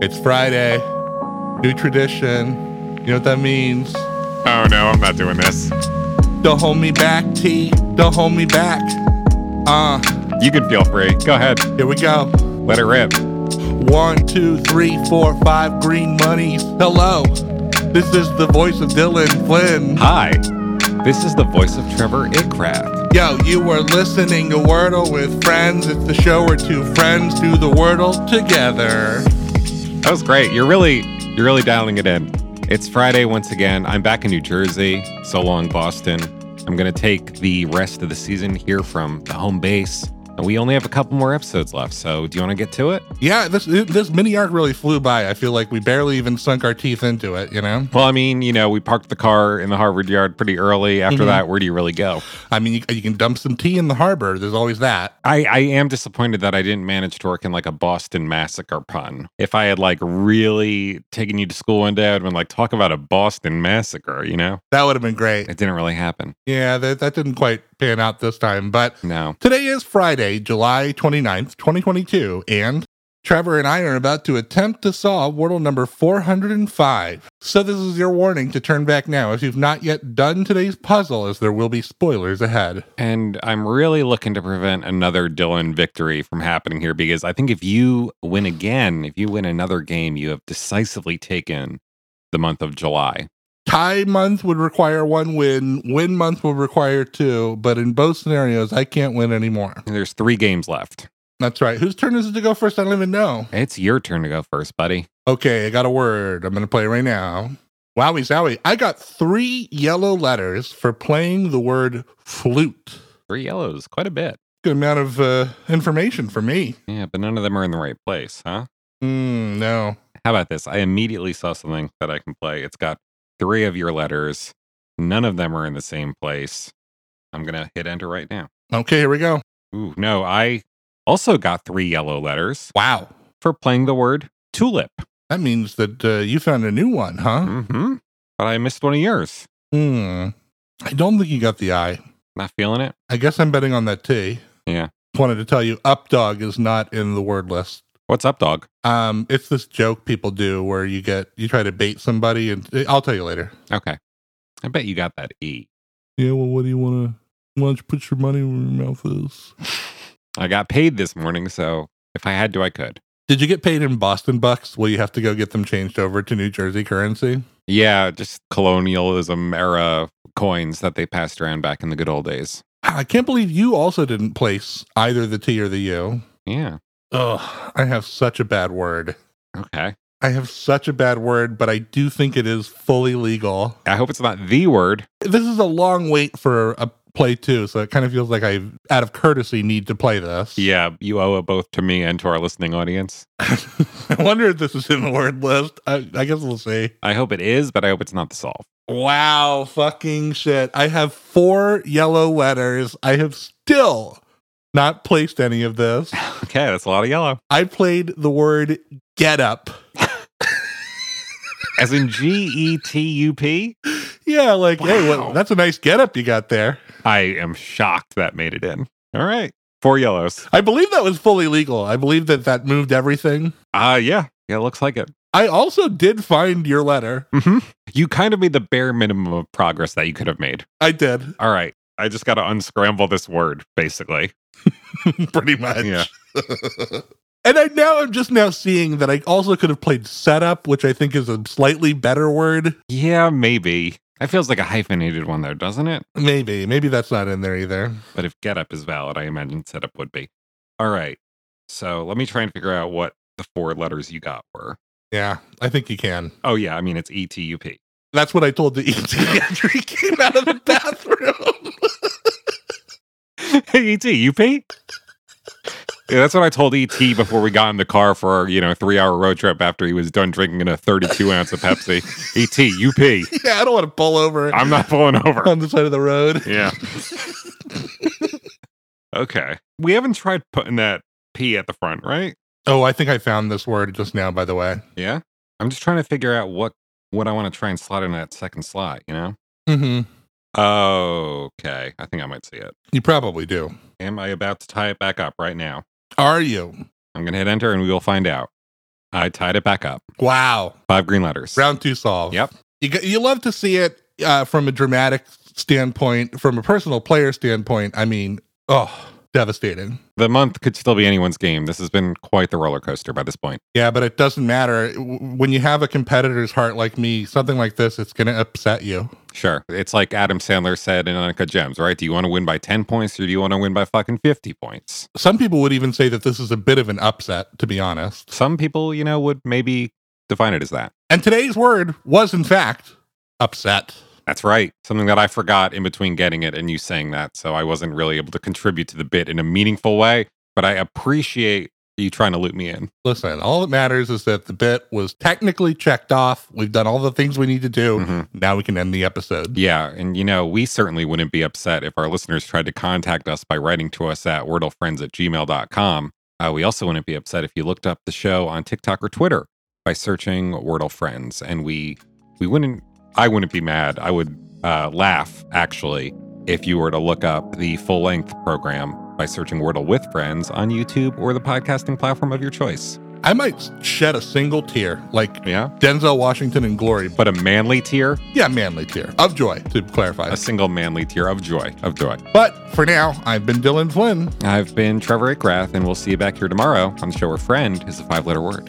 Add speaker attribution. Speaker 1: It's Friday. New tradition. You know what that means?
Speaker 2: Oh no, I'm not doing this.
Speaker 1: Don't hold me back, T. Don't hold me back. Uh,
Speaker 2: You can feel free. Go ahead.
Speaker 1: here we go.
Speaker 2: Let it rip.
Speaker 1: One, two, three, four, five green monies. Hello. This is the voice of Dylan Flynn.
Speaker 2: Hi. This is the voice of Trevor Itcraft.
Speaker 1: Yo, you were listening to Wordle with friends. It's the show where two friends do the Wordle together.
Speaker 2: That was great. You're really you're really dialing it in. It's Friday once again. I'm back in New Jersey. So long, Boston. I'm gonna take the rest of the season here from the home base. And we only have a couple more episodes left, so do you wanna get to it?
Speaker 1: Yeah, this this mini arc really flew by. I feel like we barely even sunk our teeth into it, you know?
Speaker 2: Well, I mean, you know, we parked the car in the Harvard yard pretty early. After
Speaker 1: Mhm.
Speaker 2: that, where do you really go?
Speaker 1: I mean, you, you can dump some tea in the harbor. There's always that.
Speaker 2: I, I am disappointed that I didn't manage to work in like a Boston massacre pun. If I had like really taken you to school one day, I'd been like, talk about a Boston massacre, you know?
Speaker 1: That would have been great.
Speaker 2: It didn't really happen.
Speaker 1: Yeah, that, that didn't quite pan out this time. But
Speaker 2: No.
Speaker 1: today is Friday, July 29th, 2022. And Trevor and I are about to attempt to solve Wordle number 405. So this is your warning to turn back now if you've not yet done today's puzzle, as there will be spoilers ahead.
Speaker 2: And I'm really looking to prevent another Dylan victory from happening here because I think if you win again, if you win another game, you have decisively taken the month of July.
Speaker 1: Tie month would require one win, win month would require two, but in both scenarios, I can't win anymore.
Speaker 2: And there's three games left.
Speaker 1: That's right. Whose turn is it to go first? I don't even know.
Speaker 2: It's your turn to go first, buddy.
Speaker 1: Okay, I got a word. I'm going to play right now. Wowie zowie. I got three yellow letters for playing the word flute.
Speaker 2: Three yellows, quite a bit.
Speaker 1: Good amount of uh, information for me.
Speaker 2: Yeah, but none of them are in the right place, huh?
Speaker 1: Mm, no.
Speaker 2: How about this? I immediately saw something that I can play. It's got three of your letters. None of them are in the same place. I'm going to hit enter right now.
Speaker 1: Okay, here we go.
Speaker 2: Ooh, no, I also got three yellow letters
Speaker 1: Wow.
Speaker 2: for playing the word tulip.
Speaker 1: That means that uh, you found a new one, huh?
Speaker 2: hmm But I missed one of yours.
Speaker 1: Hmm. I don't think you got the eye.
Speaker 2: Not feeling it?
Speaker 1: I guess I'm betting on that T.
Speaker 2: Yeah.
Speaker 1: Wanted to tell you, updog is not in the word list.
Speaker 2: What's up, dog?
Speaker 1: Um, it's this joke people do where you get you try to bait somebody, and I'll tell you later.
Speaker 2: Okay. I bet you got that E.
Speaker 1: Yeah, well, what do you want to? Why don't you put your money where your mouth is?
Speaker 2: I got paid this morning, so if I had to, I could.
Speaker 1: Did you get paid in Boston bucks? Will you have to go get them changed over to New Jersey currency?
Speaker 2: Yeah, just colonialism era coins that they passed around back in the good old days.
Speaker 1: Ah, I can't believe you also didn't place either the T or the U.
Speaker 2: Yeah.
Speaker 1: Ugh, I have such a bad word.
Speaker 2: Okay.
Speaker 1: I have such a bad word, but I do think it is fully legal.
Speaker 2: I hope it's not the word.
Speaker 1: This is a long wait for a play too, so it kind of feels like I, out of courtesy, need to play this.
Speaker 2: Yeah, you owe it both to me and to our listening audience.
Speaker 1: I wonder if this is in the word list. I, I guess we'll see.
Speaker 2: I hope it is, but I hope it's not the solve.
Speaker 1: Wow, fucking shit. I have four yellow letters. I have still not placed any of this.
Speaker 2: Okay, that's a lot of yellow.
Speaker 1: I played the word get up.
Speaker 2: As in G E T U P.
Speaker 1: Yeah, like, hey, well,
Speaker 2: Wow.
Speaker 1: that's a nice get up you got there.
Speaker 2: I am shocked that made it in. All right, four yellows.
Speaker 1: I believe that was fully legal. I believe that that moved everything.
Speaker 2: Uh yeah, yeah, looks like it.
Speaker 1: I also did find your letter.
Speaker 2: hmm You kind of made the bare minimum of progress that you could have made.
Speaker 1: I did,
Speaker 2: All right, I just got to unscramble this word, basically.
Speaker 1: pretty much.
Speaker 2: Yeah.
Speaker 1: and I now I'm just now seeing that I also could have played setup, which I think is a slightly better word.
Speaker 2: Yeah, maybe. That feels like a hyphenated one, though, doesn't it?
Speaker 1: Maybe, maybe that's not in there either.
Speaker 2: But if getup is valid, I imagine setup would be. All right. So let me try and figure out what the four letters you got were.
Speaker 1: Yeah, I think you can.
Speaker 2: Oh, yeah. I mean, it's ETUP.
Speaker 1: That's what I told the ET after he came out of the bathroom.
Speaker 2: E ETUP? Yeah, that's what I told ET before we got in the car for our, you know, three hour road trip after he was done drinking a 32 ounce of Pepsi. E ETUP.
Speaker 1: yeah, I don't want to pull over
Speaker 2: I'm not pulling over.
Speaker 1: on the side of the road.
Speaker 2: Yeah. Okay. We haven't tried putting that P at the front, right?
Speaker 1: oh, I think I found this word just now, by the way.
Speaker 2: Yeah. I'm just trying to figure out what what I want to try and slot in that second slot, you know?
Speaker 1: hmm
Speaker 2: Okay. I think I might see it.
Speaker 1: You probably do.
Speaker 2: Am I about to tie it back up right now?
Speaker 1: Are you?
Speaker 2: I'm going to hit enter and we will find out. I tied it back up.
Speaker 1: Wow.
Speaker 2: Five green letters.
Speaker 1: Round two solve.
Speaker 2: Yep.
Speaker 1: You, g- you love to see it uh, from a dramatic standpoint, from a personal player standpoint. I mean, oh, devastating.
Speaker 2: The month could still be anyone's game. This has been quite the roller coaster by this point.
Speaker 1: Yeah, but it doesn't matter. W- When you have a competitor's heart like me, something like this, it's going to upset you.
Speaker 2: Sure. It's like Adam Sandler said in Uncut Gems, right? Do you want to win by 10 points or do you want to win by fucking 50 points?
Speaker 1: Some people would even say that this is a bit of an upset, to be honest.
Speaker 2: Some people, you know, would maybe define it as that.
Speaker 1: And today's word was, in fact, upset.
Speaker 2: That's right. Something that I forgot in between getting it and you saying that. So I wasn't really able to contribute to the bit in a meaningful way, but I appreciate you trying to loop me in.
Speaker 1: Listen, all that matters is that the bit was technically checked off. We've done all the things we need to do.
Speaker 2: Mhm.
Speaker 1: Now we can end the episode.
Speaker 2: Yeah. And, you know, we certainly wouldn't be upset if our listeners tried to contact us by writing to us at wordlefriends at gmail.com. Uh, we also wouldn't be upset if you looked up the show on TikTok or Twitter by searching Wordle Friends. And we, we wouldn't, I wouldn't be mad. I would uh, laugh, actually, if you were to look up the full length program by searching Wordle with Friends on YouTube or the podcasting platform of your choice.
Speaker 1: I might shed a single tear, like
Speaker 2: Yeah.
Speaker 1: Denzel Washington in glory.
Speaker 2: But a manly tear,
Speaker 1: Yeah, manly tear of joy, to clarify.
Speaker 2: a single manly tear of joy, of joy.
Speaker 1: But for now, I've been Dylan Flynn.
Speaker 2: I've been Trevor Akrath, and we'll see you back here tomorrow on the show where friend is a five letter word.